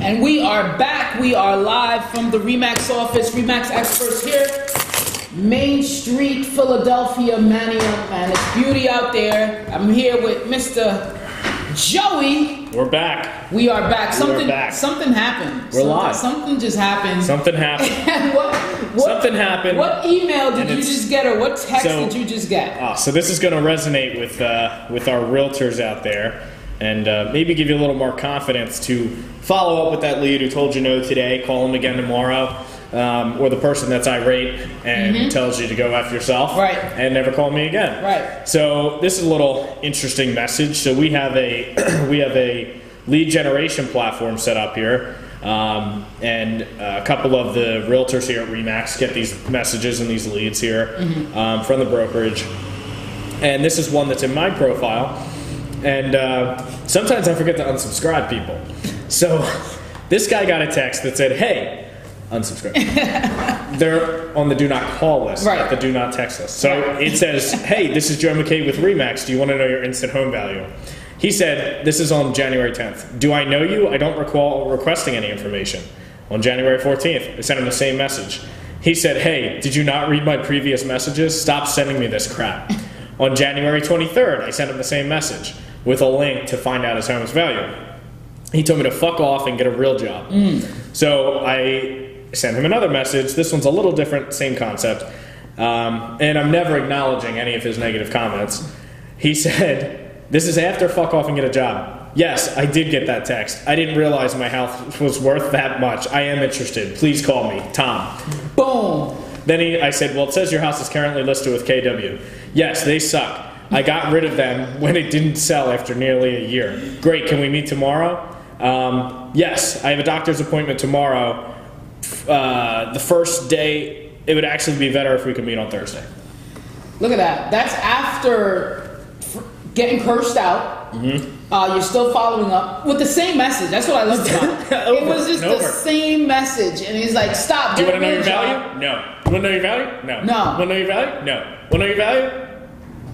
And we are back. We are live from the REMAX office. REMAX experts here, Main Street, Philadelphia, Manio. Man, it's beauty out there. I'm here with Mr. Joey. We're back. We are back. Something back. something happened. We're something, live. Something just happened. Something happened. And what, what Something happened. What email did And you it's- just get or what text So- did you just get? Ah, so this is going to resonate with uh, with our realtors out there, and uh, maybe give you a little more confidence to follow up with that lead who told you no today. Call them again tomorrow, um, or the person that's irate and tells you to go f yourself, Right. and never call me again, Right. So this is a little interesting message. So we have a we have a lead generation platform set up here. Um, and uh, a couple of the realtors here at Remax get these messages and these leads here um, from the brokerage and this is one that's in my profile. And uh, sometimes I forget to unsubscribe people. So this guy got a text that said, "Hey, unsubscribe." They're on the do not call list, Right. not the do not text list. So it says, "Hey, this is Joe McKay with Remax. Do you want to know your instant home value?" He said, "This is on January 10th. Do I know you? I don't recall requesting any information." On January 14th, I sent him the same message. He said, "Hey, did you not read my previous messages? Stop sending me this crap." On January 23rd, I sent him the same message with a link to find out his home's value. He told me to fuck off and get a real job. So I sent him another message. This one's a little different, same concept. Um, and I'm never acknowledging any of his negative comments. He said, This is after fuck off and get a job. Yes, I did get that text. I didn't realize my house was worth that much. I am interested. Please call me, Tom. Boom. Then he, I said, "Well, it says your house is currently listed with KW. Yes, they suck. I got rid of them when it didn't sell after nearly a year. Great. Can we meet tomorrow? Um, yes, I have a doctor's appointment tomorrow. Uh, the first day, it would actually be better if we could meet on Thursday. Look at that. That's after f- getting cursed out. Mm-hmm. Uh, you're still following up with the same message. That's what I loved about it. it Over was just and the over. same message, and he's like, "Stop." Do you get want to know a your real job." value? No. You want to know your value? No. No. Want to know your value? No. Want to know your value?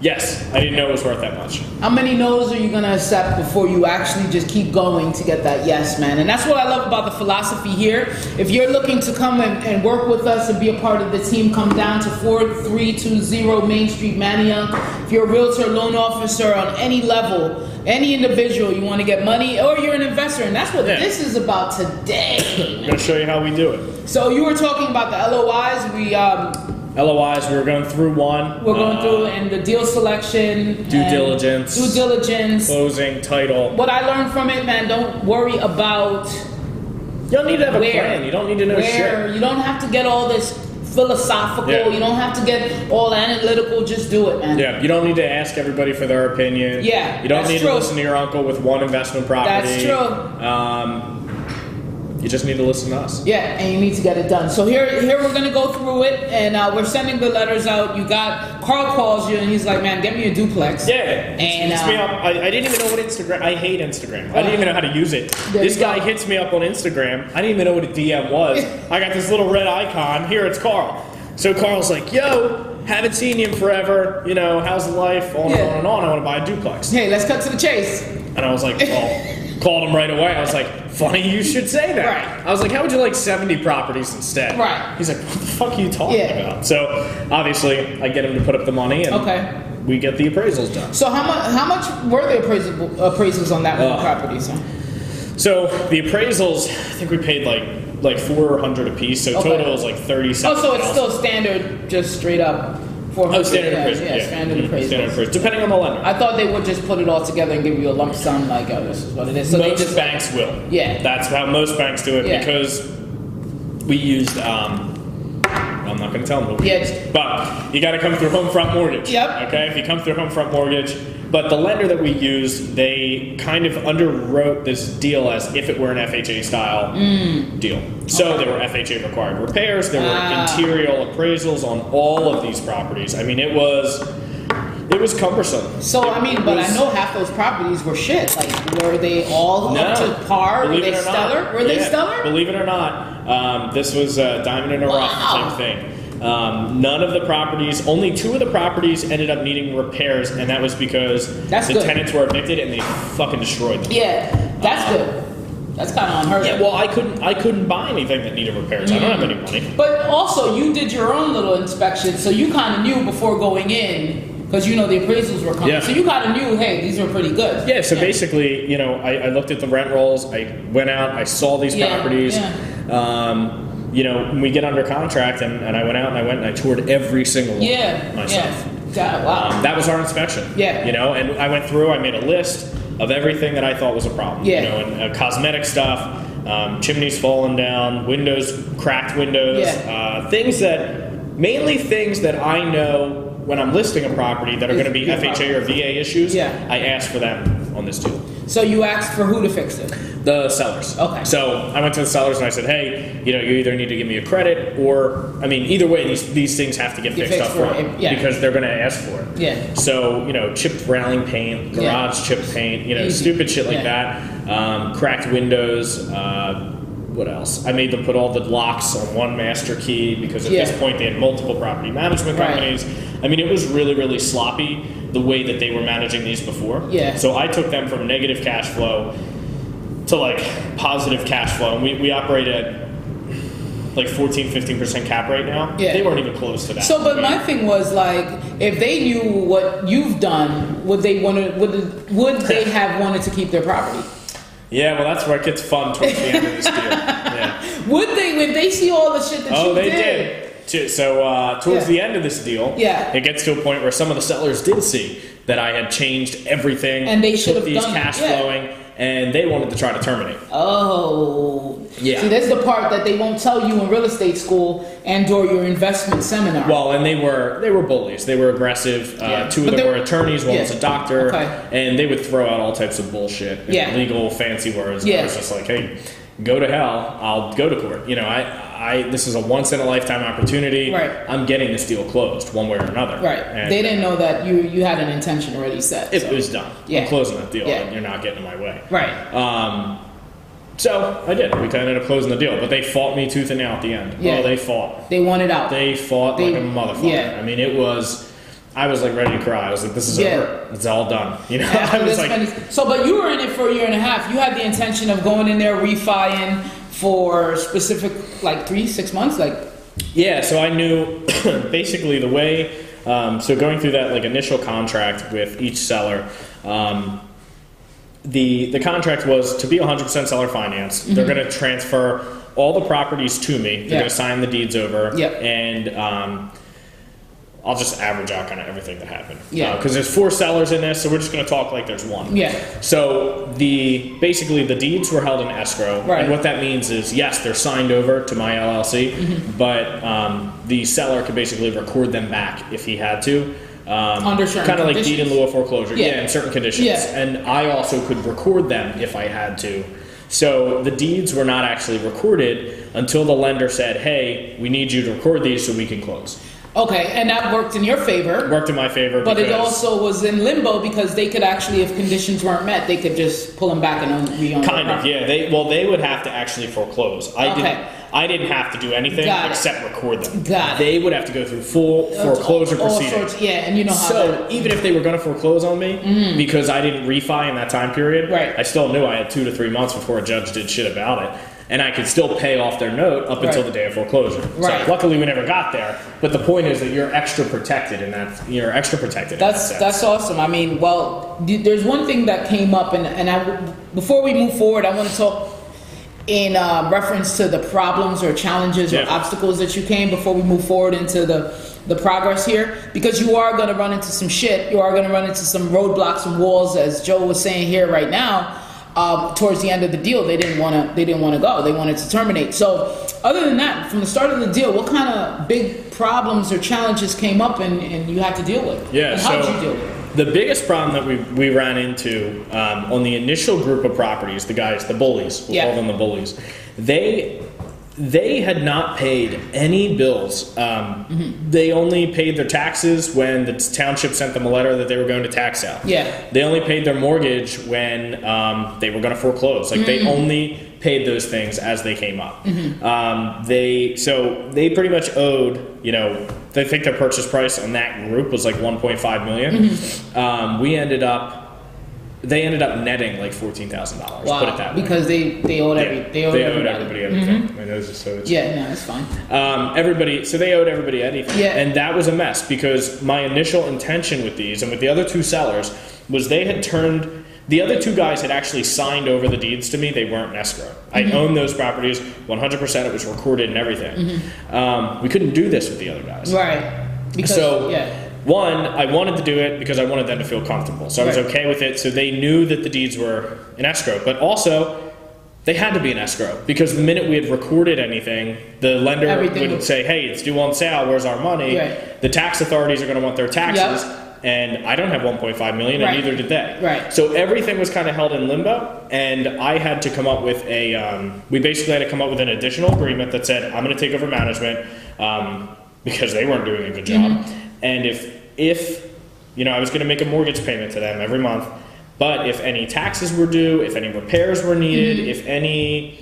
Yes. I didn't know it was worth that much. How many no's are you gonna accept before you actually just keep going to get that yes, man? And that's what I love about the philosophy here. If you're looking to come and, and work with us and be a part of the team, come down to 4320 Main Street, Manioc. If you're a realtor, loan officer on any level, any individual, you wanna get money, or you're an investor, and that's what Yeah. this is about today. I'm going to show you how we do it. so you were talking about the LOIs, we, um, LOIs, we were going through one. we're going Uh, through, and the deal selection. Due and diligence. Due diligence. closing title. What I learned from it, man, don't worry about You don't need to have a Where? plan. You don't need to know where. You don't have to get all this philosophical. Yeah. You don't have to get all analytical. Just do it, man. shit. Yeah, you don't need to ask everybody for their opinion. Yeah, you don't that's need true. to listen to your uncle with one investment property. That's true. Um, you just need to listen to us. Yeah, and you need to get it done. So here, here we're gonna go through it, and uh, we're sending the letters out. You got Carl calls you, and he's like, "Man, get me a duplex." Yeah, And, hits me uh, up. I, I didn't even know what Instagram. I hate Instagram. I didn't even know how to use it. There This you go. guy hits me up on Instagram. I didn't even know what a DM was. I got this little red icon. Here it's Carl. So Carl's like, "Yo, haven't seen you in forever. You know, how's life? On Yeah. and on and on. I want to buy a duplex." Hey, let's cut to the chase. And I was like, well, called him right away. I was like, funny you should say that. Right. I was like, how would you like 70 properties instead? Right. He's like, what the fuck are you talking Yeah. about? So obviously, I get him to put up the money and Okay. we get the appraisals done. So how much? How much were the appraisal appraisals on that one Uh, property? So So the appraisals, I think we paid like like 400 a piece. So Okay. total is like 30 oh, so it's still standard, just straight up. 400, Oh, standard yeah, appraisal. Yeah, standard Mhm, appraisal. Standard appraisal. Depending on the lender. I thought they would just put it all together and give you a lump sum, like, oh, this is what it is. So most they just banks will. Yeah. That's how most banks do it Yeah. because we used. Um, I'm not going to tell them. What we Yeah. used. But you got to come through Homefront Mortgage. Yep. Okay. If you come through Homefront Mortgage, but the lender that we used, they kind of underwrote this deal as if it were an FHA style deal. So there were FHA required repairs. There were Mm. Ah. interior appraisals on all of these properties. I mean, it was. It was cumbersome. So It I mean, but I was- know half those properties were shit. Like, were they all up to par? Were Believe they it or not. stellar? Were they Yeah. stellar? Believe it or not, um, this was uh, diamond in a Wow. rough, same thing. Um, none of the properties, only two of the properties ended up needing repairs, and that was because That's the good. tenants were evicted and they fucking destroyed them. Yeah, that's good. That's kind of unheard Yeah, of. well, I couldn't. I couldn't buy anything that needed repairs. I don't have any money. But also, you did your own little inspection, so you kind of knew before going in, because you know the appraisals were coming. Yeah. So you kind of knew, hey, these are pretty good. Yeah. So basically, you know, I, I looked at the rent rolls. I went out. I saw these Yeah, properties. yeah. Um, you know, when we get under contract, and, and I went out and I went and I toured every single one Yeah. myself. Yeah. God, wow. Um, that was our inspection. Yeah. You know, and I went through. I made a list of everything that I thought was a problem. Yeah. You know, and uh, cosmetic stuff, um, chimneys fallen down, windows cracked, windows, Yeah. uh, things that mainly things that I know when I'm listing a property that are Is going to be your FHA or VA issues. Yeah. I asked for them on this deal. so you asked for who to fix it. The sellers. Okay. So I went to the sellers and I said, hey, you know, you either need to give me a credit or, I mean, either way, these, these things have to get Get fixed up fixed for front it, yeah. because they're going to ask for it. Yeah. So, you know, chipped railing paint, Yeah. garage chip paint, you know, Easy. stupid shit like Yeah. that. Um, cracked windows. Uh, what else? I made them put all the locks on one master key because at Yeah. this point they had multiple property management Right. companies. I mean, it was really, really sloppy the way that they were managing these before. Yeah. So I took them from negative cash flow to like positive cash flow. And we, we operate at like 14, 15% cap right now. Yeah. They weren't even close to that. So, I but mean, my thing was like, if they knew what you've done, would they want to? Would would they have wanted to keep their property? Yeah, well, that's where it gets fun towards the end of this deal. Yeah. Would they? Would they see all the shit that Oh, you they did? did. Too. So uh, towards Yeah. the end of this deal, Yeah. it gets to a point where some of the sellers did see that I had changed everything, And they took should have these done it, cash yeah. flowing, and they wanted to try to terminate. Oh. Yeah. See, that's the part that they won't tell you in real estate school and or your investment seminar. Well, and they were they were bullies. They were aggressive. Uh, Yeah. Two But of them they- were attorneys. One was Yeah. a doctor, Okay. and they would throw out all types of bullshit, and Yeah. legal fancy words. And I was Yeah. just like, hey, go to hell. I'll go to court. You know, I, I this is a once in a lifetime opportunity. Right. I'm getting this deal closed one way or another. right. And they didn't know that you you had an intention already set. It so. was done. Yeah. I'm closing that deal. Yeah. And you're not getting in my way. Right. Um, so I did. We ended up closing the deal, but they fought me tooth and nail at the end. Yeah. Oh, they fought. They wanted out. They fought They- like a motherfucker. yeah. I mean, it was. I was like ready to cry. I was like, "This is Yeah. over. It's all done." You know, After I this was like, finish- so, but you were in it for a year and a half. You had the intention of going in there refiing for specific like three, six months, like "Yeah." So I knew basically the way. Um, so going through that like initial contract with each seller, um, the the contract was to be 100% seller finance. They're going to transfer all the properties to me. Mm-hmm. They're Yeah. going to sign the deeds over. Yep. And um, I'll just average out kind of everything that happened. Yeah. Because there's four sellers in this, so we're just going to talk like there's one. Yeah. So the basically the deeds were held in escrow, Right. and what that means is yes, they're signed over to my LLC, Mm-hmm. but um, the seller could basically record them back if he had to. Um, Under certain kind of like deed in conditions. lieu of foreclosure, Yeah. yeah, in certain conditions, Yeah. and I also could record them if I had to. So the deeds were not actually recorded until the lender said, "Hey, we need you to record these so we can close." okay, and that worked in your favor. Worked in my favor, But it because- also was in limbo because they could actually, if conditions weren't met, they could just pull them back and own- re-own. the Kind of, property. yeah. They well, they would have to actually foreclose. I Okay. didn't. I didn't have to do anything Got it. except record them. Got it. They would have to go through full foreclosure All proceedings. sorts- yeah, and you know how. So that- even if they were going to foreclose on me because I didn't refi in that time period, Mm-hmm. Right. I still knew I had two to three months before a judge did shit about it, and I could still pay off their note up until Right. the day of foreclosure. Right. So luckily, we never got there. But the point is that you're extra protected in that. You're extra protected. That's in that sense. that's awesome. I mean, well, th- there's one thing that came up, and and I w- before we move forward, I want to talk in uh, reference to the problems or challenges or Yeah. obstacles that you came before we move forward into the the progress here, because you are going to run into some shit. You are going to run into some roadblocks and walls, as Joe was saying here right now. Um, towards the end of the deal, they didn't want to. They didn't want to go. They wanted to terminate. So, other than that, from the start of the deal, what kind of big problems or challenges came up and, and you had to deal with? Yeah. And so how did you deal with it? the biggest problem that we, we ran into um, on the initial group of properties, the guys, the bullies, we'll Yeah. call them the bullies, they they had not paid any bills. Um, Mm-hmm. They only paid their taxes when the township sent them a letter that they were going to tax out. Yeah. They only paid their mortgage when um, they were going to foreclose. Like Mm. they only paid those things as they came up. Mm-hmm. Um, they so they pretty much owed. You know, they think their Mm-hmm. purchase price on that group was like 1.5 million. Um, we ended up They ended up netting like fourteen thousand dollars. Wow. Put it that way. because they they owed Yeah, every they owed everybody. Mm-hmm. everything. I know, it's- so it's- Yeah, no, it's fine. um, everybody, so they owed everybody anything. Yeah. And that was a mess because my initial intention with these and with the other two sellers was they had turned, the other two guys had actually signed over the deeds to me. They weren't in escrow. I Mm-hmm. owned those properties 100%. It was recorded and everything. Um, we couldn't do this with the other guys. Mm-hmm. Right. Because so, yeah. one, I wanted to do it because I wanted them to feel comfortable. So I was Right. okay with it. So they knew that the deeds were in escrow. But also, they had to be in escrow because the minute we had recorded anything, the lender Everything would would- say, hey, it's due on sale. Where's our money? Right. The tax authorities are going to want their taxes. Yep. And I don't have 1.5 million, Right. and neither did they. Right. So everything was kind of held in limbo, and I had to come up with a. Um, we basically had to come up with an additional agreement that said, "I'm going to take over management," um, because they weren't doing a good job. Mm-hmm. And if if you know, I was going to make a mortgage payment to them every month, but if any taxes were due, if any repairs were needed, Mm-hmm. if any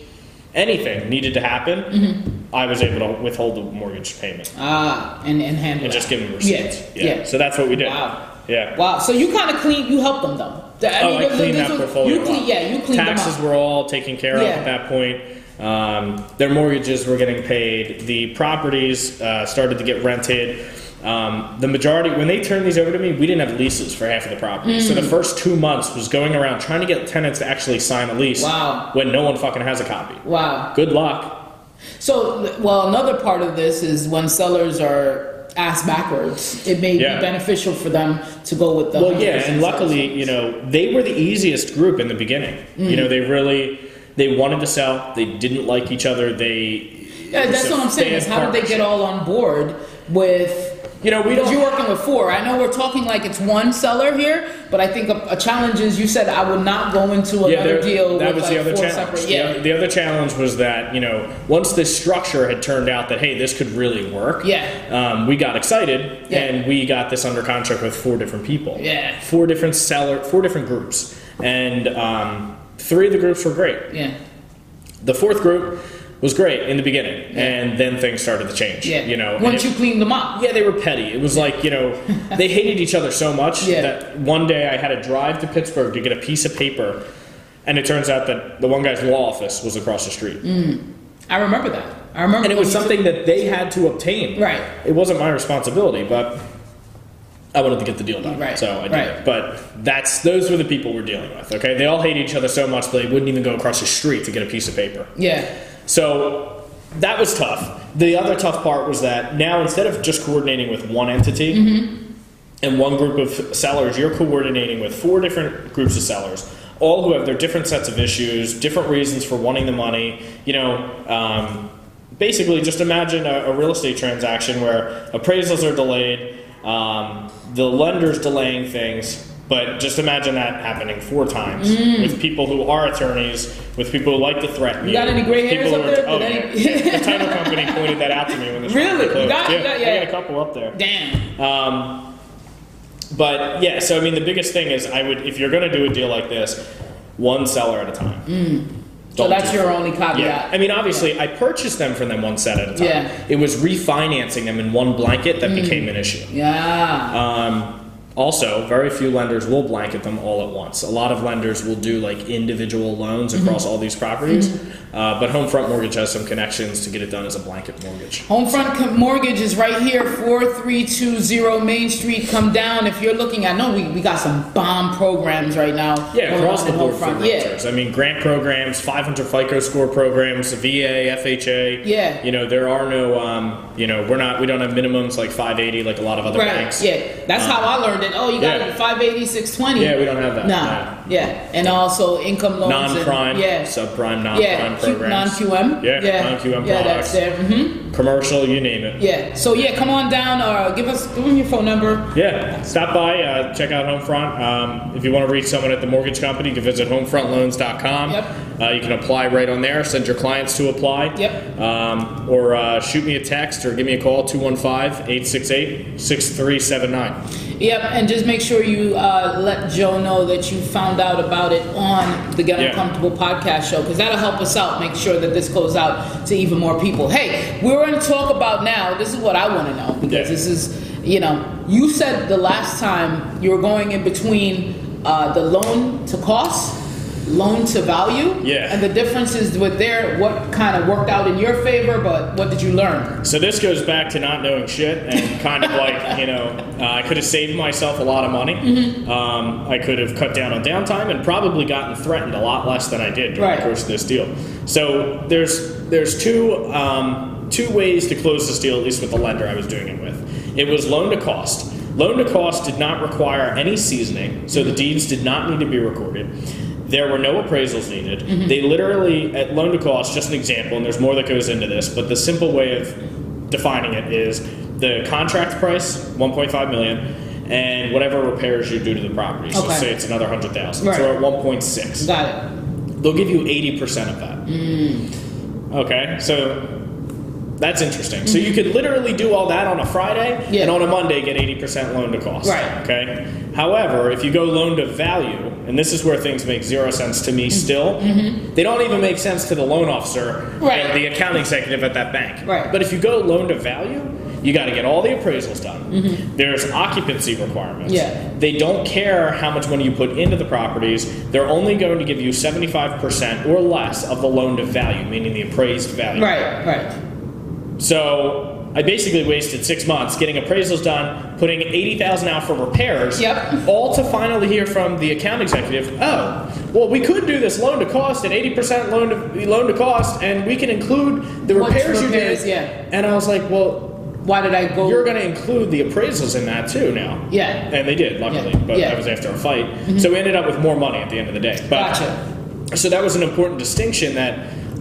anything needed to happen, Mm-hmm. I was able to withhold the mortgage payment Ah, and and handle. and just that. give them receipts. Yeah. yeah. So that's what we did. Wow. Yeah. Wow. So you kind of clean. You help them though. The- Oh, I the- the- cleaned this that was- portfolio. You clean. up. Yeah, you clean them Taxes up. were all taken care of Yeah. at that point. Um, their mortgages were getting paid. The properties uh, started to get rented. Um, the majority, when they turned these over to me, we didn't have leases for half of the properties. So the Mm. first two months was going around trying to get tenants to actually sign a lease Wow. when no one fucking has a copy. Wow. Good luck. So, well, another part of this is when sellers are asked backwards, it may Yeah. be beneficial for them to go with the. Well, yeah, 100% and luckily, you know, they were the easiest group in the beginning. You Mm. know, they really they wanted to sell. They didn't like each other. They Yeah, that's what I'm saying. Is how did they all? get all on board with? You know, we Because don't- You're working with four. I know we're talking like it's one seller here, but I think a, a challenge is you said I would not go into another there- deal. That with was like the other four challenge. Separate, The yeah, oth- The, other challenge was that you know once this structure had turned out that hey this could really work. Yeah. Um, we got excited Yeah. and we got this under contract with four different people. Yeah. Four different seller, four different groups, and um, three of the groups were great. yeah, The fourth group was great in the beginning, Yeah. and then things started to change. yeah. You know. and once it- you clean them up, yeah, they were petty. It was like, you know, they hated each other so much Yeah. that one day I had to drive to Pittsburgh to get a piece of paper, and it turns out that the one guy's law office was across the street. Mm-hmm. I remember that. I remember And it when was you said- something that they had to obtain. Right. It wasn't my responsibility, but I wanted to get the deal done. Right, So I did right. it. But that's those were the people we're dealing with, okay? They all hated each other so much they wouldn't even go across the street to get a piece of paper. Yeah, So that was tough. The other tough part was that now instead of just coordinating with one entity and one group of sellers, you're coordinating with four different groups of sellers, all who have their different sets of issues, different reasons for wanting the money. You know, um, basically, just imagine a, a real estate transaction where appraisals are delayed, um, the lender's delaying things. But just imagine that happening four times with people who are attorneys, with people who like to threaten Mm. You got any gray hairs People up were- there? Oh, Did yeah. any- the title company pointed that out to me when this Really? property closed. You got- you yeah, got- I yeah. got a couple up there. damn. Um, but yeah, so I mean, the biggest thing is I would if you're going to do a deal like this, one seller at a time. Mm. So Don't that's do- your only caveat. yeah. I mean, obviously, I purchased them from them one set at a time. Yeah. Mm. It was refinancing them in one blanket that became an issue. yeah. Um, also, very few lenders will blanket them all at once. A lot of lenders will do like individual loans Mm-hmm. across all these properties, uh, but Homefront Mortgage has some connections to get it done as a blanket mortgage. Homefront Com- Mortgage is right here, 4320 Main Street. Come down if you're looking. I know we, we got some bomb programs right now. Yeah, going across on the in board for Homefront. Yeah. realtors. I mean, grant programs, 500 FICO score programs, VA, FHA. Yeah. You know, there are no, um, you know, we're not, we don't have minimums like 580 like a lot of other Right. banks. Yeah. That's how I learned it. Oh, you got yeah. it 580, 620. Yeah, we don't have that. No. Nah. Yeah. And also income loans. and- Non-prime, yeah. subprime, non-prime yeah. Q- programs, non-QM. Yeah, Yeah. non-QM Yeah, products. that's there. Mm-hmm. commercial, you name it. Yeah. So yeah, come on down. Or give us give them your phone number. Yeah, stop by, uh, check out Homefront. Um, if you want to reach someone at the mortgage company, you can visit homefrontloans.com. Yep. Uh, you can apply right on there, send your clients to apply. Yep. Um, or uh, shoot me a text or give me a call, 215 868 6379. Yep, and just make sure you uh, let Joe know that you found out about it on the Get Yeah. Uncomfortable podcast show because that'll help us out. Make sure that this goes out to even more people. Hey, we're going to talk about now. This is what I want to know because Yeah. this is, you know, you said the last time you were going in between uh, the loan to cost, loan to value. Yeah. And the difference is with there, what kind of worked out in your favor, but what did you learn? So this goes back to not knowing shit and kind of like you know uh, I could have saved myself a lot of money. Mm-hmm. Um, I could have cut down on downtime and probably gotten threatened a lot less than I did during Right. the course of this deal. So there's there's two um, two ways to close this deal, at least with the lender I was doing it with. It was loan to cost. Loan to cost did not require any seasoning, so the deeds did not need to be recorded. There were no appraisals needed. Mm-hmm. They literally, at loan to cost, just an example, and there's more that goes into this, but the simple way of defining it is the contract price, 1.5 million, and whatever repairs you do to the property. So Okay. say it's another 100,000. Right. So we're at 1.6. Got it. They'll give you 80% of that. Hmm. Okay, so that's interesting. So you could literally do all that on a Friday Yeah. and on a Monday get 80% loan to cost. Right. Okay. However, if you go loan to value, and this is where things make zero sense to me still, they don't even make sense to the loan officer Mm-hmm. Right. and the account executive at that bank. Right. But if you go loan to value, you got to get all the appraisals done. There's occupancy requirements. Mm-hmm. Yeah. They don't care how much money you put into the properties. They're only going to give you 75% or less of the loan to value, meaning the appraised value. Right, right. So I basically wasted six months getting appraisals done, putting eighty thousand out for repairs. Yep. All to finally hear from the account executive. Oh, well, we could do this loan to cost at eighty percent loan to loan to cost, and we can include the What repairs, repairs, you did. yeah. And I was like, well, Why did I go? you're going to include the appraisals in that too now. yeah. And they did, luckily, Yeah. but Yeah. Mm-hmm. that was after a fight. So we ended up with more money at the end of the day. But Gotcha. so that was an important distinction that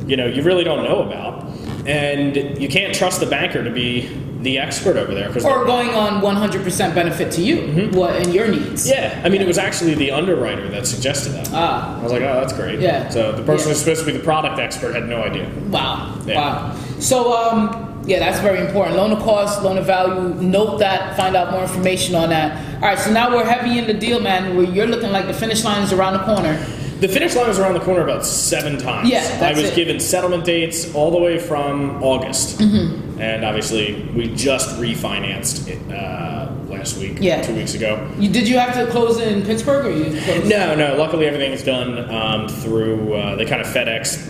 you know you really don't know about, and you can't trust the banker to be the expert over there because Or going on 100% benefit to you, what and your needs. Mm-hmm. yeah, I mean it was actually the underwriter that suggested that. Ah. I was like, oh, that's great. Yeah. So the person Yeah. who's supposed to be the product expert had no idea. Wow. Yeah. Wow. So, um, yeah, that's very important. Loan to cost, loan to value. Note that. Find out more information on that. All right. So now we're heavy in the deal, man. Where you're looking like the finish line is around the corner. The finish line was around the corner about seven times. Yeah, that's I was it. given settlement dates all the way from August, Mm-hmm. and obviously we just refinanced it uh, last week, Yeah. two weeks ago. You, did you have to close in Pittsburgh or you? Closed? No, no. Luckily, everything's done um, through. Uh, they kind of FedEx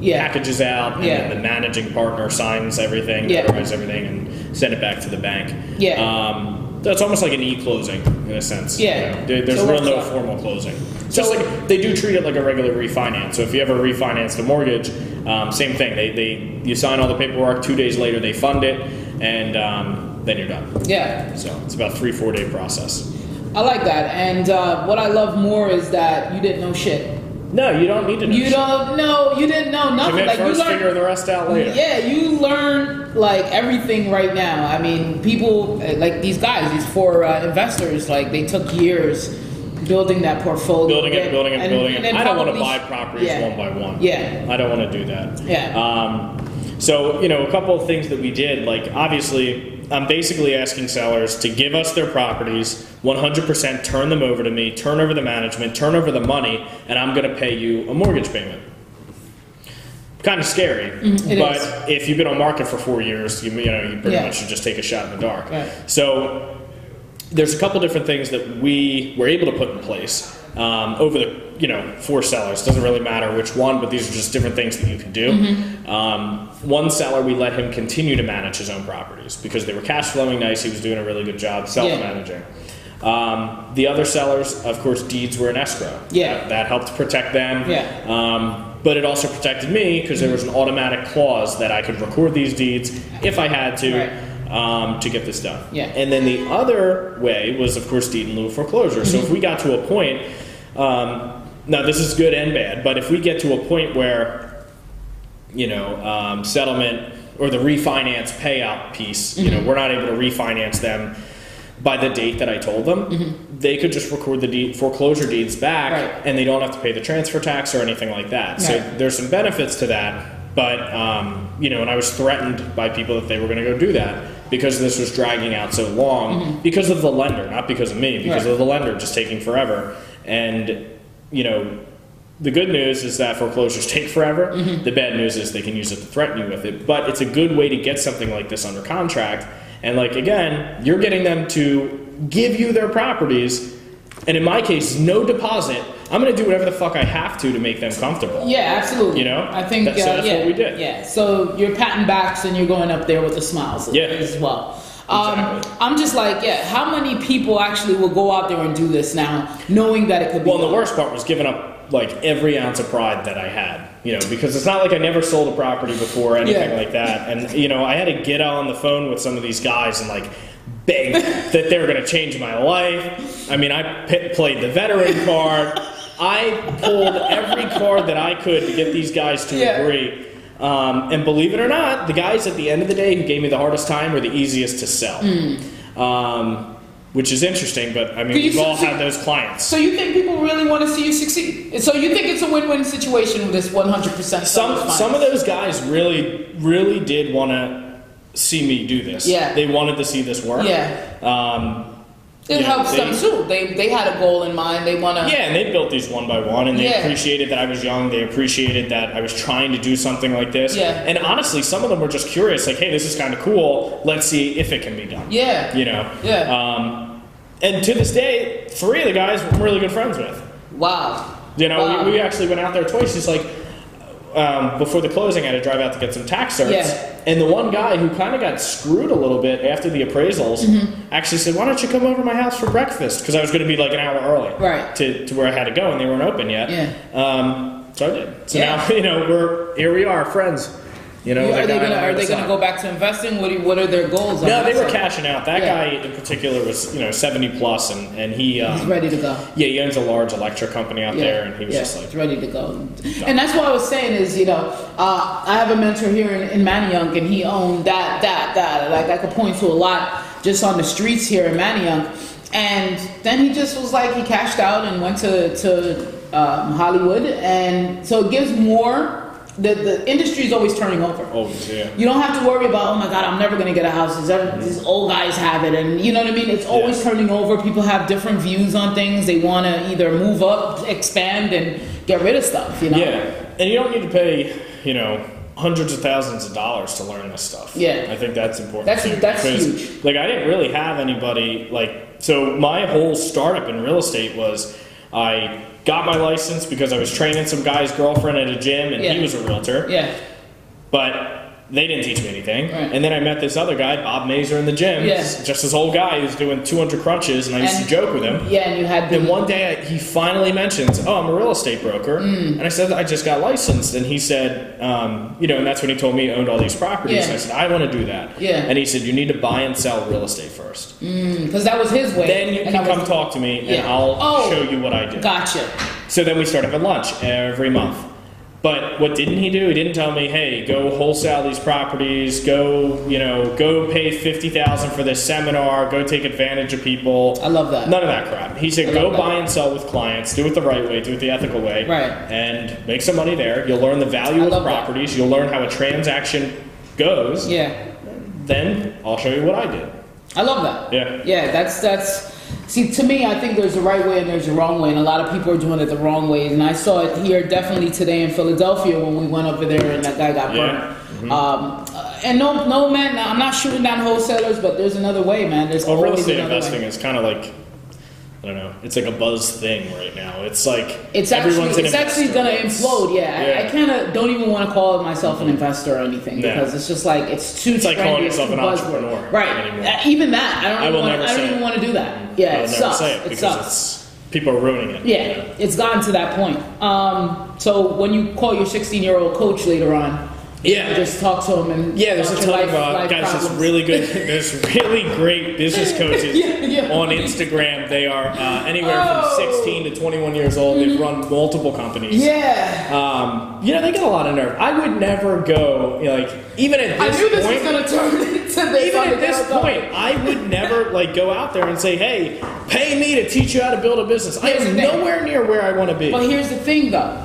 Yeah. packages out, and Yeah. then the managing partner signs everything, Yeah. notarizes everything, and send it back to the bank. Yeah. Um, so it's almost like an e-closing in a sense. Yeah. You know, there- there's So it real works no out. formal closing. It's So- Just like they do treat it like a regular refinance. So if you ever refinanced a mortgage, um, same thing. They, they you sign all the paperwork. Two days later, they fund it, and um, then you're done. Yeah. So it's about three four day process. I like that. And uh, what I love more is that you didn't know shit. No, you don't need to. Know You shit. don't know. You didn't know I nothing. mean, Like you first learned. figure the rest out later. Yeah, you learn like everything right now. I mean, people uh, like these guys, these four uh, investors, like they took years building that portfolio, Building it, Yeah, building it, and- building it. and then I don't want to probably- buy properties yeah. one by one. Yeah. I don't want to do that. Yeah. Um, so you know, a couple of things that we did, like obviously, I'm basically asking sellers to give us their properties, 100%, turn them over to me, turn over the management, turn over the money, and I'm going to pay you a mortgage payment. Kind of scary, Mm-hmm. it but is. if you've been on market for four years, you, you know you pretty Yeah. much should just take a shot in the dark. Right. So there's a couple different things that we were able to put in place um, over the you know four sellers doesn't really matter which one but these are just different things that you can do Mm-hmm. um, one seller we let him continue to manage his own properties because they were cash flowing nice he was doing a really good job self-managing um, the other sellers of course deeds were in escrow Yeah. that, that helped protect them Yeah. Mm-hmm. um, but it also protected me because there was an automatic clause that I could record these deeds if I had to Right. um, to get this done. Yeah. And then the other way was, of course, deed in lieu of foreclosure. So if we got to a point, um, now this is good and bad, but if we get to a point where, you know, um, settlement or the refinance payout piece, you know, Mm-hmm. we're not able to refinance them by the date that I told them, they could just record the deed, foreclosure deeds back Mm-hmm. Right. and they don't have to pay the transfer tax or anything like that. So Right. there's some benefits to that, but um, you know, and I was threatened by people that they were going to go do that because this was dragging out so long because of the lender, not because of me, because Right. of the lender just taking forever. And you know, the good news is that foreclosures take forever. The bad news is they can use it to threaten you with it. But it's a good way to get something like this under contract. And like again, you're getting them to give you their properties And in my case, no deposit. I'm going to do whatever the fuck I have to to make them comfortable. Yeah, absolutely. You know? I think That- so uh, that's yeah, what we did. Yeah. So you're patting backs and you're going up there with the smiles Yeah. as well. Um, Exactly. I'm just like, yeah. How many people actually will go out there and do this now, knowing that it could be? Well, and done? the worst part was giving up like every ounce of pride that I had, you know, because it's not like I never sold a property before or anything Yeah. like that. And you know, I had to get on the phone with some of these guys and like beg that they were going to change my life. I mean, I p- played the veteran card. I pulled every card that I could to get these guys to Yeah. agree. Um, and believe it or not, the guys at the end of the day who gave me the hardest time were the easiest to sell. Um, which is interesting, but I mean, Could Hmm. you we've all see- had those clients. So you think people really want to see you succeed? So you think it's a win-win situation with this 100 percent? some some of those guys really really did want to see me do this. Yeah. they wanted to see this work. Yeah. Um, it yeah, helps they- them too. They they had a goal in mind. They want to. yeah, and they built these one by one, and they Yeah. appreciated that I was young. They appreciated that I was trying to do something like this. Yeah. And honestly, some of them were just curious, like, "Hey, this is kind of cool. Let's see if it can be done." Yeah. You know. Yeah. Um, and to this day, three of the guys I'm really good friends with. Wow. You know, Wow. we, we actually went out there twice. He's like, um, before the closing, I had to drive out to get some tax certs. Yeah. And the one guy who kind of got screwed a little bit after the appraisals Mm-hmm. actually said, Why don't you come over to my house for breakfast? Because I was going to be like an hour early Right. to, to where I had to go, and they weren't open yet. Yeah. Um, so I did. So Yeah. now, you know, we're here we are, friends. You know, You- that are they guy gonna on the are other they gonna side. go back to investing? What do you, what are their goals? on No, that they were side? cashing out. That Yeah. guy in particular was, you know, 70 plus, and, and he. Um, He's ready to go. Yeah, he owns a large electric company out there, and he was yeah, just like, it's ready to go. And that's what I was saying is, you know, uh, I have a mentor here in, in Manayunk, and he owned that, that, that. Like I could point to a lot just on the streets here in Manayunk. And then he just was like, he cashed out and went to to um, Hollywood, and so it gives more. The the industry is always turning over. Oh, yeah. You don't have to worry about, oh my God, I'm never gonna get a house. These, other- these old guys have it, and you know what I mean. It's always Yeah. turning over. People have different views on things. They want to either move up, expand, and get rid of stuff. You know. Yeah, and you don't need to pay, you know, hundreds of thousands of dollars to learn this stuff. Yeah. I think that's important. That's- too, that's because, huge. Like I didn't really have anybody like so my whole startup in real estate was I got my license because I was training some guy's girlfriend at a gym and Yeah. he was a realtor, Yeah. but they didn't teach me anything. Right. And then I met this other guy, Bob Mazer, in the gym. Yeah. Just this old guy who's doing 200 crunches, and I used And- to joke with him. Yeah, and you had the And one day I- he finally mentions, "Oh, I'm a real estate broker," Mm. and I said, "I just got licensed." And he said, um, "You know," and that's when he told me he owned all these properties. Yeah. And I said, "I want to do that." Yeah. And he said, "You need to buy and sell real estate first. because that was his way. Then you and can I was- come talk to me, and Yeah. I'll Oh. show you what I do." Gotcha. So then we start having lunch every month. But what didn't he do? He didn't tell me, "Hey, go wholesale these properties. Go, you know, go pay fifty thousand for this seminar. Go take advantage of people." I love that. None of that crap. He I said, love "Go that. buy and sell with clients. Do it the right way. Do it the ethical way. Right. And make some money there. You'll learn the value I of love that. properties. You'll learn how a transaction goes. Yeah. Then I'll show you what I did. I love that. Yeah. Yeah, that's that's see to me I think there's a right way and there's a wrong way and a lot of people are doing it the wrong way and I saw it here definitely today in Philadelphia when we went over there and that guy got Yeah. Mm-hmm. burned. Um, uh, and no, no man, I'm not shooting down wholesalers, but there's another way, man. There's Well, Oh, real always estate another investing way. is kind of like." I don't know. It's like a buzz thing right now. It's like It's everyone's actually an it's actually investor. gonna It's- implode. Yeah, I, I Yeah. kind of don't even want to call myself an investor or anything Yeah. because it's just like it's too. It's like calling trendy, yourself too an buzzword. entrepreneur right? anymore. Uh, Even that, I don't. I even will wanna, never I don't say even it. want to do that. Yeah, I'll it never sucks. say it because sucks. it's people are ruining it. Yeah, it's gotten to that point. Um, so when you call your 16 year old coach later on, Yeah. you just talk to him and Yeah, there's a about ton your of life- uh, life guys. There's problems. really good. There's really great business coaches Yeah, yeah. on Instagram. They are uh, anywhere Oh. Mm-hmm. from 16 to 21 years old. They've run multiple companies. Yeah, Um, you know, they get a lot of nerve. I would never go you know, like even at I this knew this point. was gonna turn into this. even on the at this down- point, I would never like go out there and say, "Hey, pay me to teach you how to build a business." I Here's am the thing. nowhere near where I want to be. But here's the thing, though. Um,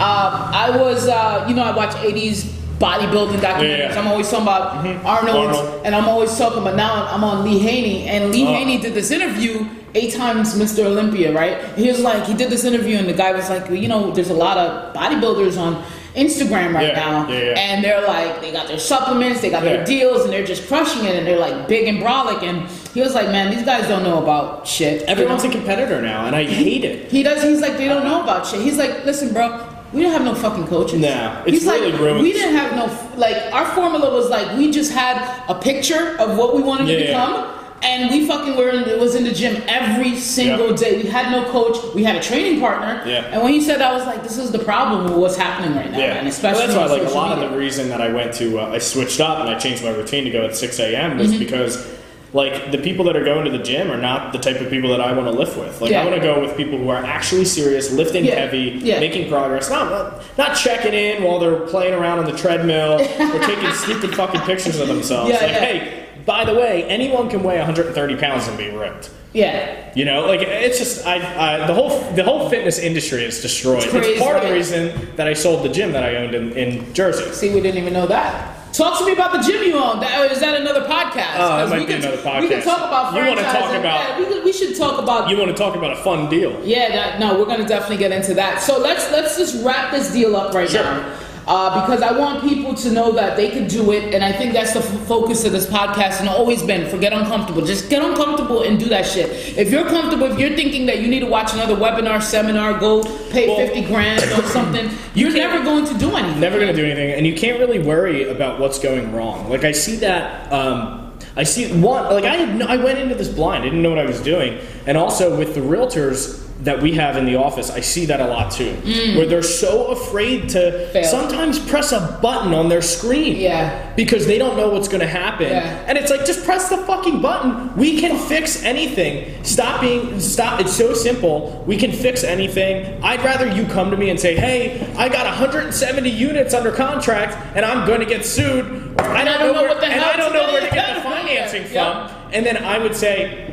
I was, uh, you know, I watch 80s bodybuilding documentaries. Yeah, yeah. I'm always talking about Mm-hmm. Arnold, Arnold. and I'm always talking about now I'm on Lee Haney, and Lee Uh-huh. Oh. Haney did this interview eight times Mr. Olympia, right? He was like, he did this interview, and the guy was like, well, you know, there's a lot of bodybuilders on Instagram right Yeah, now, yeah, yeah. and they're like, they got their supplements, they got Yeah. their deals, and they're just crushing it, and they're like big and brolic. And he was like, man, these guys don't know about shit. Everyone's a You know? competitor now, and I hate it. he does. He's like, they don't know about shit. He's like, listen, bro, we don't have no fucking coaches. No, it's he's really like, ruined. we didn't have no f- like our formula was like we just had a picture of what we wanted Yeah, to yeah. become. And we fucking were in, it was in the gym every single Yeah. day. We had no coach. We had a training partner. Yeah. And when he said that, I was like, this is the problem with what's happening right now. Yeah, And especially well, that's why on like a social lot media. of the reason that I went to uh, I switched up and I changed my routine to go at six a.m. Mm-hmm. was because like the people that are going to the gym are not the type of people that I want to lift with. Like Yeah. I want to go with people who are actually serious, lifting Yeah, heavy, yeah. making progress, not, not not checking in while they're playing around on the treadmill or taking stupid fucking pictures of themselves. Yeah, like yeah. hey. By the way, anyone can weigh 130 pounds and be ripped. Yeah. You know, like it's just I, I the whole the whole fitness industry is destroyed. It's, crazy, part of the right? reason that I sold the gym that I owned in, in Jersey. See, we didn't even know that. Talk to me about the gym you own. That, is that another podcast? Oh, that 'Cause might we be could- another We can podcast. talk about You wanna franchising. talk about- Yeah, we, could- we should talk about You want to talk about a fun deal? Yeah, that, no, we're gonna definitely get into that. So let's let's just wrap this deal up right Sure. now. Uh, because I want people to know that they can do it, and I think that's the f- focus of this podcast, and always been. Forget uncomfortable. Just get uncomfortable and do that shit. If you're comfortable, if you're thinking that you need to watch another webinar, seminar, go pay Well- fifty grand or something, you're never going to do anything. Never going to do anything, and you can't really worry about what's going wrong. Like I see that. Um, I see one. Like I had no, I went into this blind. I didn't know what I was doing, and also with the realtors that we have in the office, I see that a lot too, where they're so afraid to Mm. Fail. sometimes press a button on their screen. Yeah. Because they don't know what's going to happen, Yeah. and it's like just press the fucking button. We can fix anything. Stop being stop. It's so simple. We can fix anything. I'd rather you come to me and say, "Hey, I got 170 units under contract, and I'm going to get sued. I I don't know what the and hell I don't to know do." where to get the financing from." Yeah. And then I would say,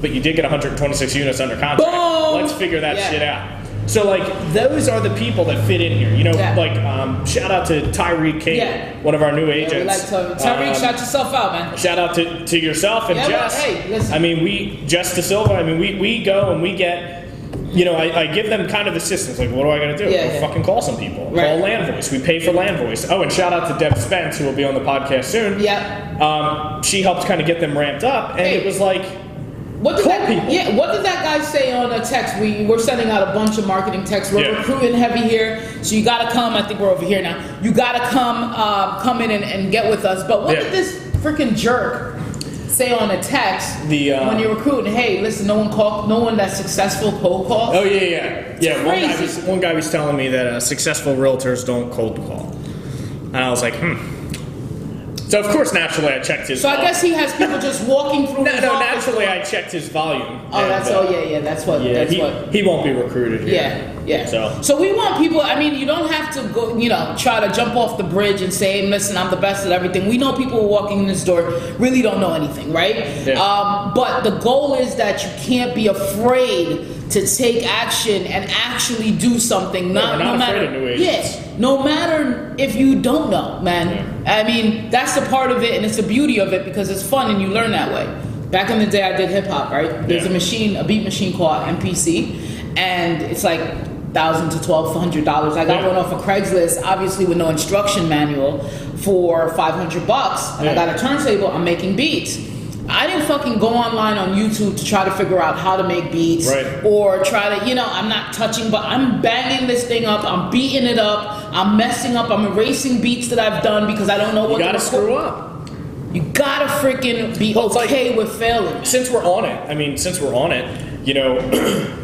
"But you did get 126 units under contract. Boom! Let's figure that Yeah. shit out." So like those are the people that fit in here. You know, Yeah. like um, shout out to Tyreek King, Yeah. one of our new Yeah, we like agents. Tyreek. Tyreek, Um, shout yourself out, man. Shout out to, to yourself and Yeah, well, Jess. hey, listen. I mean, we Jess De Silva. I mean, we, we go and we get. You know, I, I give them kind of assistance. Like, what do I got to do? Yeah, go yeah. fucking call some people. Right. Call Land Voice. We pay for Land Voice. Oh, and shout out to Deb Spence, who will be on the podcast soon. Yeah. Um, she helped kind of get them ramped up, and Hey. it was like, What did Call that, people. Yeah, what did that guy say on a text? We we're sending out a bunch of marketing texts. We're Yeah. recruiting heavy here, so you gotta come. I think we're over here now. You gotta come, uh, come in and, and get with us. But what Yeah. did this freaking jerk say on a text? The, uh, when you're recruiting, hey, listen, no one call, no one that's successful cold calls. oh yeah, yeah, yeah. One guy, crazy. was, one guy was telling me that uh, successful realtors don't cold call, and I was like, hmm. So of course, naturally, I checked his. so I volume. guess he has people just walking through. no, his no. office. Naturally, I checked his volume. Oh, that's all. oh yeah, yeah. That's what. Yeah, that's he, what. he won't be recruited here. Yeah, yeah. So- we want people. I mean, you don't have to go. You know, try to jump off the bridge and say, hey, "Listen, I'm the best at everything." We know people walking in this door really don't know anything, right? Yeah. Um, but the goal is that you can't be afraid to take action and actually do something. Not, we're not no afraid matter of new agents. Yeah, no matter if you don't know, man. I mean, that's the part of it, and it's the beauty of it because it's fun and you learn that way. Back in the day, I did hip hop, right? There's Yeah. a machine, a beat machine called MPC, and it's like thousand to twelve hundred dollars. I got Yeah. one off of Craigslist, obviously with no instruction manual, for five hundred bucks, and I Yeah. got a turntable. I'm making beats. I didn't fucking go online on YouTube to try to figure out how to make beats Right. or try to, you know, I'm not touching, but I'm banging this thing up. I'm beating it up. I'm messing up. I'm erasing beats that I've done because I don't know You what gotta to record. screw up. You gotta freaking be Well, it's like- okay with failing. Since we're on it, I mean, since we're on it, you know,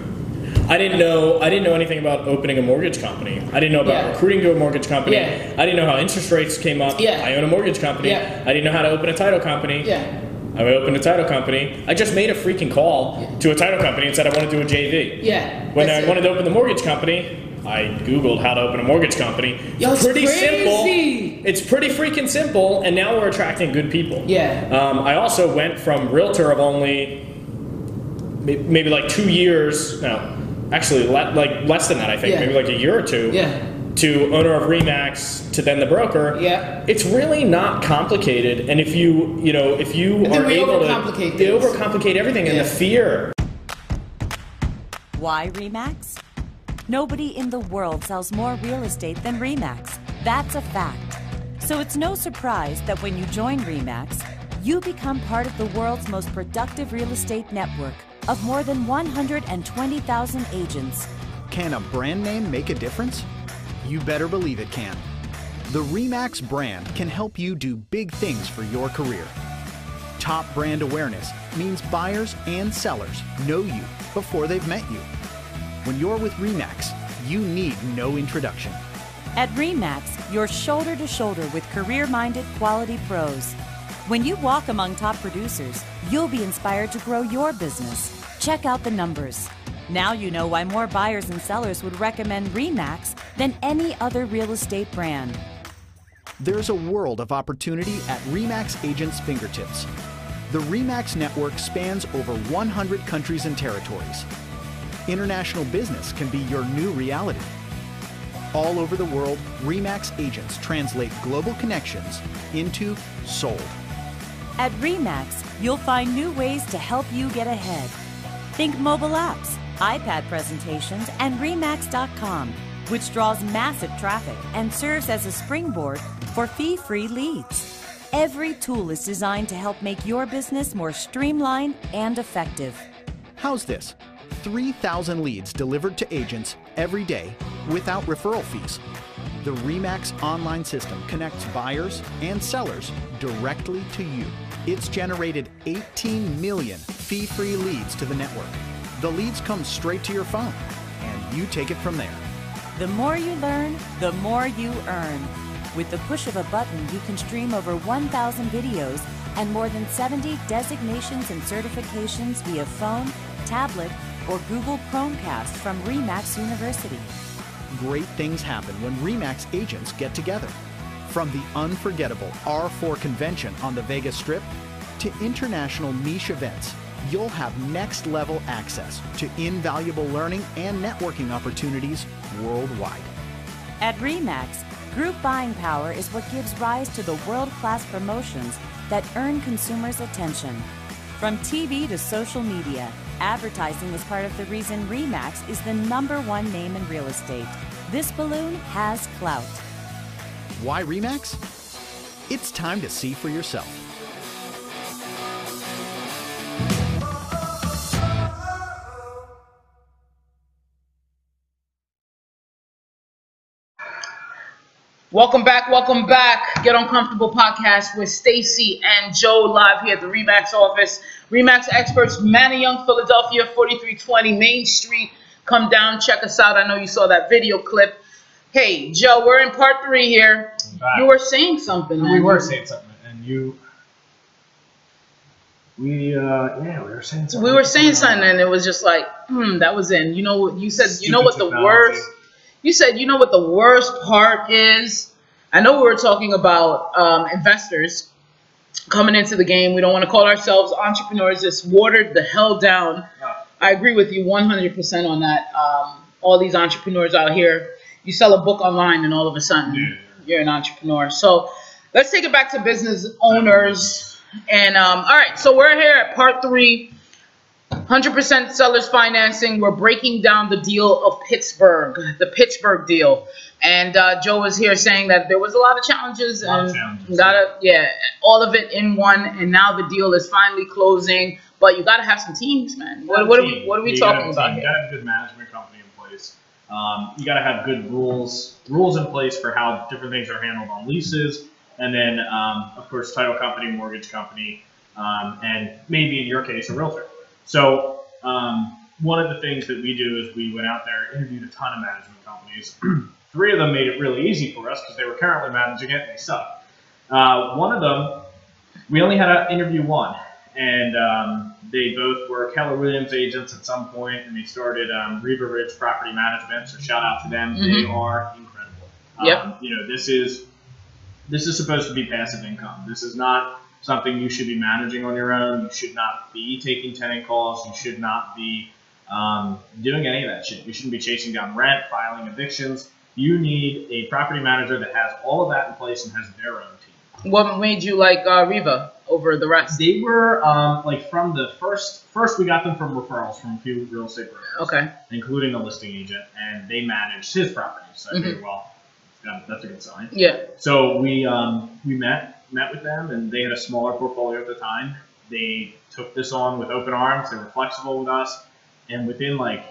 I didn't know I didn't know anything about opening a mortgage company. I didn't know about Yeah. recruiting to a mortgage company. Yeah. I didn't know how interest rates came up. Yeah. I own a mortgage company. Yeah. I didn't know how to open a title company. Yeah. I opened a title company. I just made a freaking call Yeah. to a title company and said I want to do a JV. Yeah. When that's I it. wanted to open the mortgage company, I googled how to open a mortgage company. Yo, it's pretty crazy. simple. It's pretty freaking simple, and now we're attracting good people. Yeah. Um, I also went from realtor of only may- maybe like two years. No, actually, le- like less than that. I think Yeah. maybe like a year or two. Yeah. To owner of Remax, to then the broker. Yeah. It's really not complicated, and if you you know if you think are we able overcomplicate to they things. overcomplicate everything, and Yeah. the fear Why Remax? Nobody in the world sells more real estate than REMAX. That's a fact. So it's no surprise that when you join REMAX, you become part of the world's most productive real estate network of more than 120,000 agents. Can a brand name make a difference? You better believe it can. The REMAX brand can help you do big things for your career. Top brand awareness means buyers and sellers know you before they've met you. When you're with REMAX, you need no introduction. At REMAX, you're shoulder to shoulder with career minded quality pros. When you walk among top producers, you'll be inspired to grow your business. Check out the numbers. Now you know why more buyers and sellers would recommend REMAX than any other real estate brand. There's a world of opportunity at REMAX agents' fingertips. The REMAX network spans over 100 countries and territories. International business can be your new reality. All over the world, REMAX agents translate global connections into sold. At REMAX, you'll find new ways to help you get ahead. Think mobile apps, iPad presentations, and REMAX.com, which draws massive traffic and serves as a springboard for fee free leads. Every tool is designed to help make your business more streamlined and effective. How's this? 3,000 leads delivered to agents every day without referral fees. The REMAX online system connects buyers and sellers directly to you. It's generated 18 million fee free leads to the network. The leads come straight to your phone, and you take it from there. The more you learn, the more you earn. With the push of a button, you can stream over 1,000 videos and more than 70 designations and certifications via phone, tablet, or Google Chromecast from REMAX University. Great things happen when REMAX agents get together. From the unforgettable R4 convention on the Vegas Strip to international niche events, you'll have next level access to invaluable learning and networking opportunities worldwide. At REMAX, group buying power is what gives rise to the world class promotions that earn consumers' attention. From TV to social media, advertising is part of the reason REMAX is the number one name in real estate. This balloon has clout. Why REMAX? It's time to see for yourself. Welcome back, welcome back. Get Uncomfortable podcast with Stacy and Joe live here at the Remax office. Remax experts, Manny Young, Philadelphia, 4320 Main Street. Come down, check us out. I know you saw that video clip. Hey, Joe, we're in part three here. back. You were saying something. we man. were saying something, and you. We uh yeah we were saying something. We were saying something, and it was just like, hmm, that was in. You know what? You said, you know what the Stupid technology. worst. You said, you know what the worst part is. I know we were talking about um, investors coming into the game. We don't want to call ourselves entrepreneurs. It's watered the hell down. I agree with you 100% on that. Um, all these entrepreneurs out here, you sell a book online, and all of a sudden you're an entrepreneur. So let's take it back to business owners. And um, all right, so we're here at part three. 100% sellers financing. We're breaking down the deal of Pittsburgh, the Pittsburgh deal. And uh, Joe was here saying that there was a lot of challenges lot of and challenges, got to yeah, all of it in one. And now the deal is finally closing. But you got to have some teams, man. What, what are we What are we You gotta talking have a about team. You here? gotta have a good management company in place. Um, you gotta have good rules rules in place for how different things are handled on leases, and then um, of course title company, mortgage company, um, and maybe in your case a realtor. So um, one of the things that we do is we went out there interviewed a ton of management companies. Three of them made it really easy for us because they were currently managing it and they suck. Uh, one of them we only had to interview one, and um, they both were Keller Williams agents at some point, and they started um, River Ridge Property Management. So shout out to them; they are incredible. Um, Yep. You know, this is this is supposed to be passive income. This is not something you should be managing on your own. You should not be taking tenant calls. You should not be um, doing any of that shit. You shouldn't be chasing down rent, filing evictions. You need a property manager that has all of that in place and has their own team. What made you like uh, Reva? over the rest? They were um, like from the first. First, we got them from referrals from a few real estate brokers, Okay. including a listing agent, and they managed his property. So I figured, well, yeah, that's a good sign. Yeah. So we um, we met met with them, and they had a smaller portfolio at the time. They took this on with open arms. They were flexible with us, and within like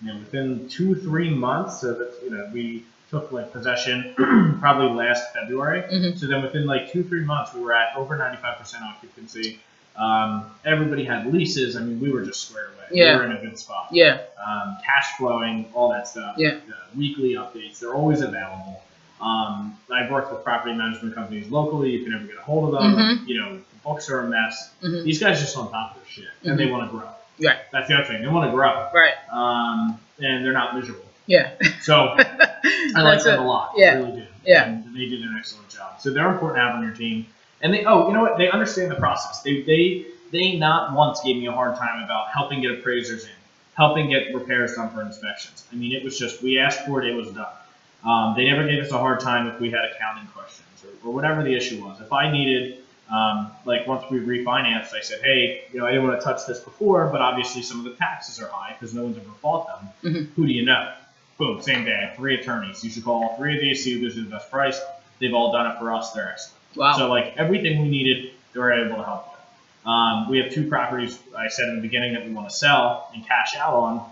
you know within two three months, so that you know we took like possession probably last February. Mhm. So then within like two three months, we were at over ninety five percent occupancy. Um, everybody had leases. I mean, we were just square away. Yeah. We were in a good spot Yeah. um, cash flowing, all that stuff. Yeah. Uh, weekly updates, they're always available. Um, I've worked with property management companies locally. You can never get a hold of them. Mhm. You know, the books are a mess. Mhm. These guys just on top of their shit, and they want to grow. Mm-hmm. Yeah. That's the other thing. They want to grow, Right. um, and they're not miserable. Yeah. So I like That's them it. a lot. Yeah. I really do. Yeah. And they did an excellent job. So they're important to have on your team. And they oh, you know what? They understand the process. They they they not once gave me a hard time about helping get appraisers in, helping get repairs done for inspections. I mean, it was just we asked for it, it was done. Um, they never gave us a hard time if we had accounting questions or, or whatever the issue was. If I needed, um, like once we refinanced, I said, hey, you know, I didn't want to touch this before, but obviously some of the taxes are high because no one's ever fought them. Mm-hmm. Who do you know? Boom, same day, three attorneys. You should call all three of these, see who gives you the best price. They've all done it for us. They're excellent. Wow. So like everything we needed, they were able to help with. Um, we have two properties I said in the beginning that we want to sell and cash out on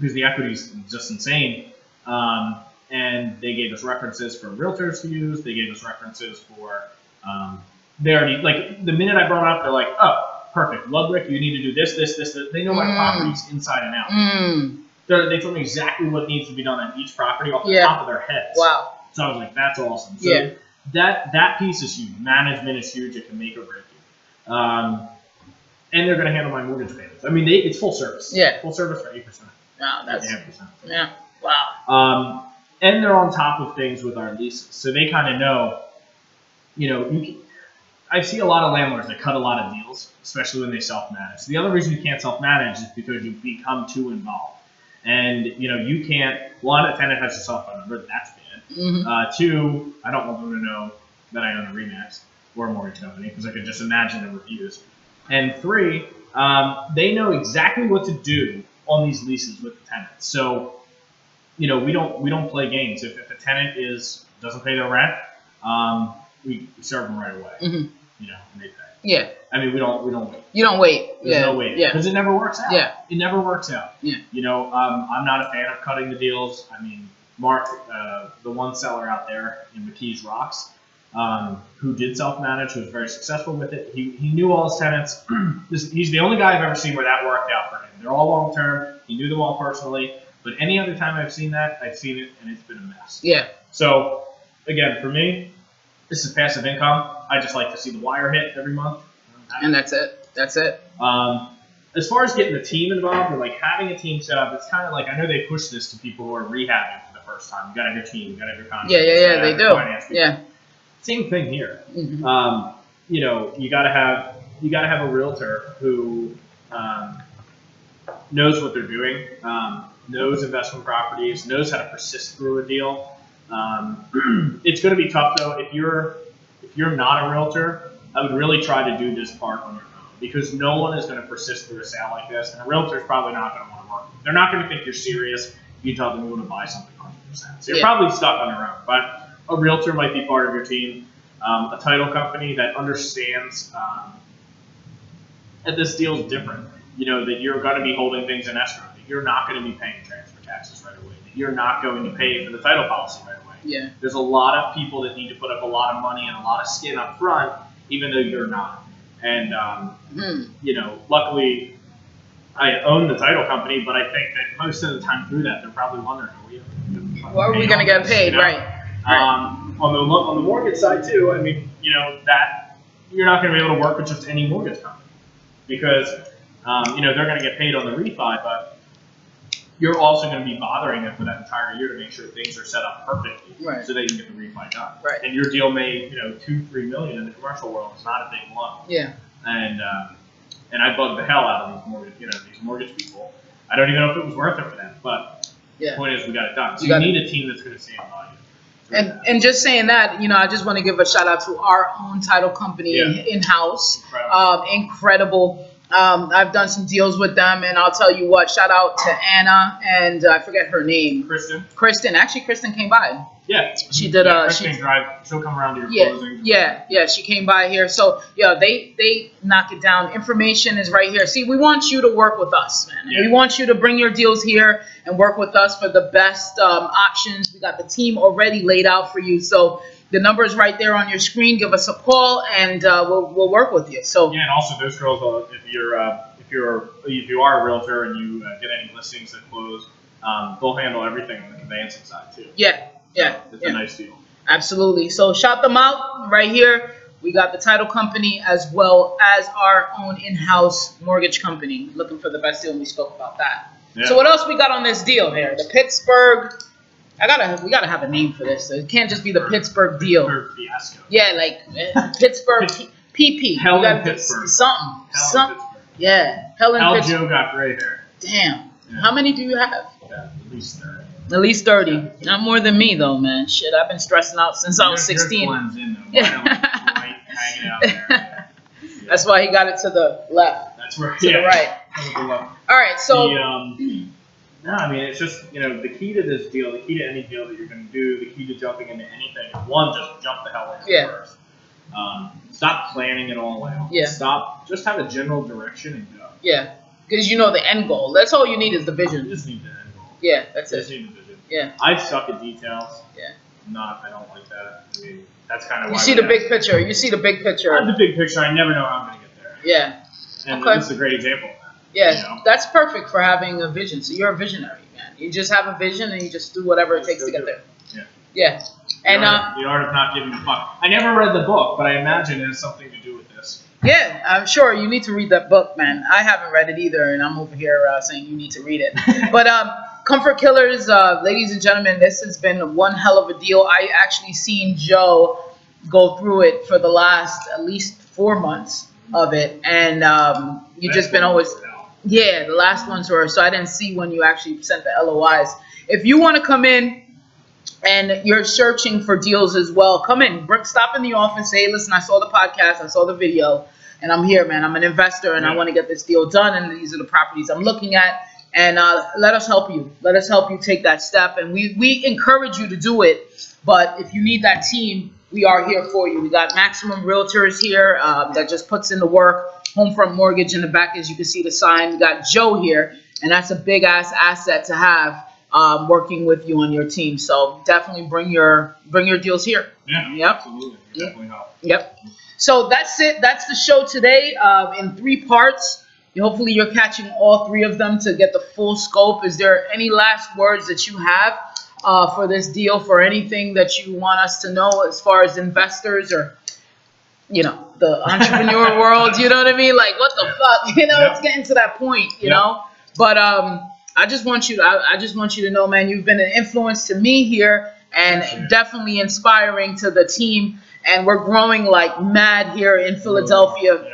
because the equity is just insane. Um, and they gave us references for realtors to use. They gave us references for um, they already like the minute I brought up, they're like, oh, perfect, Ludwig, you need to do this, this, this. this. They know my Mm. properties inside and out. Mm. They're, they told me exactly what needs to be done on each property off the Yeah. top of their heads. Wow. So I was like, that's awesome. So Yeah. that that piece is huge. Management is huge. It can make or break you. Um, and they're going to handle my mortgage payments. I mean, they, it's full service. Yeah. Full service for eight percent. Wow. That's Eight percent. yeah. Wow. Um, and they're on top of things with our leases, so they kind of know. You know, you can, I see a lot of landlords that cut a lot of deals, especially when they self-manage. The other reason you can't self-manage is because you become too involved, and you know you can't. One, a tenant has a cell phone number. That's bad. Mhm. Uh, two, I don't want them to know that I own a Remax or a mortgage company because I could just imagine the reviews. And three, um, they know exactly what to do on these leases with the tenants. So, you know, we don't we don't play games. If, if a tenant is doesn't pay their rent, um, we serve them right away. Mhm. You know, and they pay. Yeah. I mean, we don't we don't wait. You don't wait. There's yeah. no waiting Yeah. because it never works out. Yeah. It never works out. Yeah. You know, um, I'm not a fan of cutting the deals. I mean, Mark, uh, the one seller out there in McKees Rocks, um, who did self-manage, who was very successful with it. He, he knew all his tenants. this, he's the only guy I've ever seen where that worked out for him. They're all long-term. He knew them all personally. But any other time I've seen that, I've seen it and it's been a mess. Yeah. So, again, for me, this is passive income. I just like to see the wire hit every month. And that's it. That's it. Um, as far as getting the team involved or like having a team set up, it's kind of like I know they push this to people who are rehabbing for the first time. You got to have your team, you got to have your contract. Yeah. Yeah. you Yeah. gotta They have your finance do. people. Yeah. Same thing here. Mhm. Um, you know, you got to have you got to have a realtor who um, knows what they're doing, um, knows investment properties, knows how to persist through a deal. Um, it's going to be tough though if you're if you're not a realtor. I would really try to do this part on your own because no one is going to persist through a sale like this, and a realtor's probably not going to want to work. They're not going to think you're serious. You tell them you want to buy something 100. percent So you're Yeah. probably stuck on your own. But a realtor might be part of your team, um, a title company that understands. Um, that this deal is different. You know, that you're going to be holding things in escrow, that you're not going to be paying transfer taxes right away, that you're not going to pay for the title policy right away. Yeah. There's a lot of people that need to put up a lot of money and a lot of skin up front, even though you're not. And, um, Mm. you know, luckily I own the title company, but I think that most of the time through that, they're probably wondering, are we What are we gonna get paid? You know? Right. Um, on the lo- on the mortgage side too, I mean, you know that you're not going to be able to work with just any mortgage company because um, you know they're going to get paid on the refi, but you're also going to be bothering them for that entire year to make sure things are set up perfectly Right. so they can get the refi done. Right. And your deal may you know two three million in the commercial world is not a big loan Yeah. and um, and I bugged the hell out of these mortgage, you know, these mortgage people. I don't even know if it was worth it for them, but Yeah. the point is we got it done. So You you, got need a team that's going to stand by you. And, and just saying that, you know, I just want to give a shout out to our own title company in- Yeah. in-house. Incredible. Um, incredible. Um, I've done some deals with them and I'll tell you what, shout out to Anna and uh, I forget her name. Kristen. Kristen, actually Kristen came by. Yeah. She did, Yeah, uh, Kristen she- can drive. She'll come around to your Yeah, closing. yeah, yeah. She came by here. So yeah, they they knock it down. Information is right here. See, we want you to work with us, man. Yeah. We want you to bring your deals here and work with us for the best um, options. We got the team already laid out for you. So the number is right there on your screen. Give us a call, and uh, we'll we'll work with you. So Yeah, and also those girls, uh, if you're uh, if you're if you are a realtor and you uh, get any listings that close, um, they'll handle everything on the conveyancing side too. yeah, yeah, It's yeah. a nice deal. Absolutely. So shout them out right here. We got the title company as well as our own in-house mortgage company. Looking for the best deal, and we spoke about that. Yeah. So what else we got on this deal here? The Pittsburgh. I gotta. We gotta have a name for this. It can't just be the Pittsburgh deal. Pittsburgh fiasco. Yeah, like eh, Pittsburgh P- PP. Hell in We gotta do Pittsburgh. Something. Hell in Something. Pittsburgh. Yeah. Hell Al in Pittsburgh. Joe got gray hair. Damn. Yeah. How many do you have? Yeah, at least thirty. At least thirty. Not more than me though, man. Shit, I've been stressing out since I was Your- your sixteen. blends in, though. Mine Yeah. are, like, white hanging out there. That's why he got it to the left. That's where. To the right. That would be love. All right, so the, um, no, I mean it's just you know the key to this deal, the key to any deal that you're going to do, the key to jumping into anything is one, just jump the hell in Yeah. first. Um, stop planning it all out. Yeah. Stop. Just have a general direction and go. yeah, because you know the end goal. That's all you need is the You vision. just need the end goal. Yeah, that's You just it. need the vision. Yeah, I suck at details. Yeah. Not. I don't like that. I mean that's kind of you why. see we the have- big picture. You see the big I'm picture. the big picture. I never know how I'm going to get there. Yeah, And Okay. this is a great example. of that. yeah, that's perfect for having a vision. So you're a visionary, man. You just have a vision and you just do whatever it takes to get there. Yeah. Yeah, The and art, uh, the art of not giving a fuck. I never read the book, but I imagine it has something to do with this. yeah, I'm sure you need to read that book, man. I haven't read it either, and I'm over here uh, saying you need to read it. but um, Comfort Killers, uh, ladies and gentlemen, this has been one hell of a deal. I actually seen Joe go through it for the last at least four months of it, and um, you've just been always. Yeah, the last ones were. So I didn't see when you actually sent the LOIs. If you want to come in and you're searching for deals as well, come in. Br- Stop in the office. Say, listen, I saw the podcast, I saw the video, and I'm here, man. I'm an investor, and I Yeah. want to get this deal done. And these are the properties I'm looking at. And uh, let us help you. Let us help you take that step. And we we encourage you to do it. But if you need that team, we are here for you. We got Maximum Realtors here uh, that just puts in the work. Homefront Mortgage in the back, as you can see the sign. We got Joe here, and that's a big ass asset to have um, working with you on your team. So definitely bring your bring your deals here. Yeah, Yep. absolutely. It Yeah. Definitely help. Yep. So that's it. That's the show today uh, in three parts. Hopefully, you're catching all three of them to get the full scope. Is there any last words that you have uh, for this deal, for anything that you want us to know as far as investors or, you know, the entrepreneur world? You know what I mean? Like, what the fuck? You know, Yeah. it's getting to that point, you Yeah. know? But um, I just want you to, I, I just want you to know, man, you've been an influence to me here and definitely inspiring to the team. And we're growing like mad here in Philadelphia. Yeah.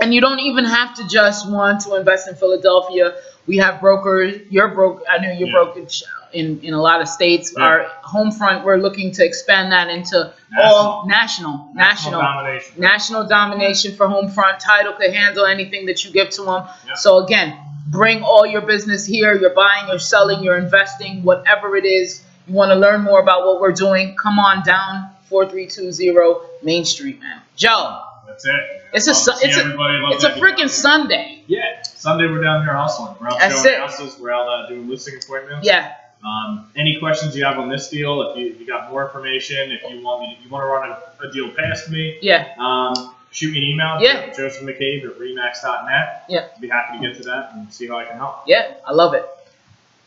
And you don't even have to just want to invest in Philadelphia. We have brokers, your broker, I know your Yeah. brokerage in, in a lot of states. Yeah. Our home front, we're looking to expand that into all national, national, domination. national domination for home front. Title could handle anything that you give to them. Yeah. So again, bring all your business here. You're buying, you're selling, you're investing, whatever it is. You want to learn more about what we're doing? Come on down, four three two zero Main Street, man. Joe, That's it. it's a Love su- to see it's a everybody. Love it's a to have you freaking down. Sunday. Yeah. Sunday we're down here hustling. We're out That's showing it. houses. We're out uh, doing listing appointments. Yeah, Um, any questions you have on this deal? If you, if you got more information, if you want me, you want to run a, a deal past me, yeah, um, shoot me an email. Yeah. Joseph McCabe at remax.net. Yeah. Be happy to get to that and see how I can help. yeah. I love it.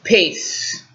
Peace.